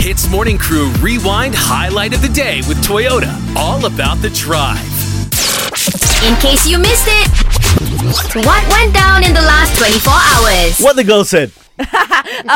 Hits Morning Crew Rewind Highlight of the Day with Toyota. All about the drive. In case you missed it, what went down in the last 24 hours? What the girl said.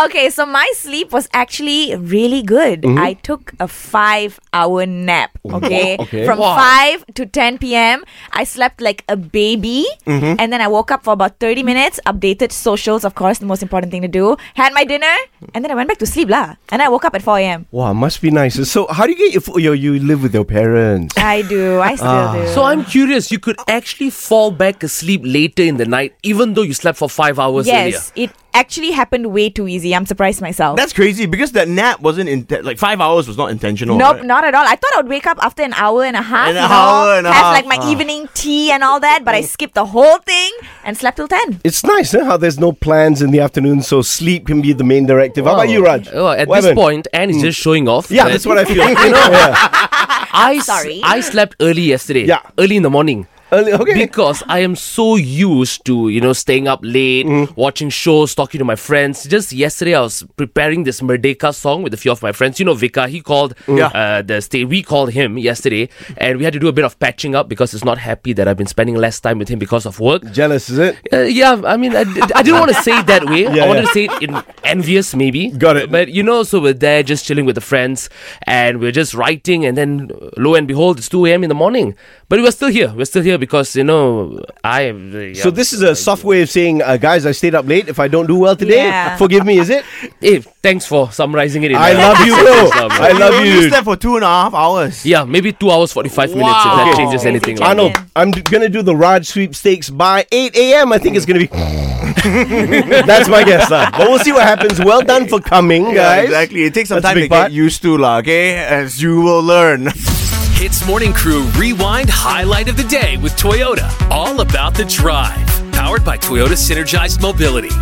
Okay, so my sleep was actually really good. I took a five hour nap. Okay. okay. From Wow. 5 to 10 p.m., I slept like a baby. And then I woke up for about 30 minutes, updated socials, of course, the most important thing to do, had my dinner, and then I went back to sleep. lah. And I woke up at 4 a.m. Wow, must be nice. So, how do you get your food? You, you live with your parents. I do. I still do. So I'm curious, you could actually fall back asleep later in the night, even though you slept for five hours earlier. yes, it actually happened way too easy. I'm surprised myself. That's crazy because that nap wasn't in like five hours was not intentional. Nope, right? not at all. I thought I would wake up after an hour and a half. An you know, hour and a have half. Oh. like my evening tea and all that, but I skipped the whole thing and slept till ten. It's nice huh, how there's no plans in the afternoon, so sleep can be the main directive. How about you, Raj? Oh, at What this happened? Hmm. point, Anne is just showing off. Yeah, that that's what I feel. you know, yeah. I s- Sorry. I slept early yesterday. Yeah. Early in the morning. Early- okay. Because I am so used to, you know, staying up late, Mm-hmm. watching shows, talking to my friends. Just yesterday, I was preparing this Merdeka song with a few of my friends. You know, Vika, he called Mm. uh, the state. We called him yesterday, and we had to do a bit of patching up because he's not happy that I've been spending less time with him because of work. Jealous, is it? Uh, yeah, I mean, I, d- I didn't want to say it that way. Yeah, I wanted yeah. to say it in envious, maybe. Got it. But you know, so we're there just chilling with the friends and we're just writing, and then uh, lo and behold, it's 2 a.m. in the morning. But we're still here. We're still here because, you know, I am. uh, yeah. So, this is a soft way of saying, uh, guys, I stayed up late. If I don't do well today, Yeah. forgive me, is it? Hey, thanks for summarizing it in I that love you, sentence, bro. uh, bro. I love You you. only slept for two and a half hours. Yeah, maybe 2 hours 45 minutes if that Wow. changes anything. Crazy. Arnold, I'm d- gonna do the Raj sweepstakes by 8 a.m. I think it's gonna be. That's my guess, lah. But we'll see what happens. Well done for coming, guys. Yeah, exactly. It takes some That's a time to big part. get used to, lah. Okay, as you will learn. Hits Morning Crew Rewind Highlight of the Day with Toyota. All about the drive. Powered by Toyota Synergized Mobility.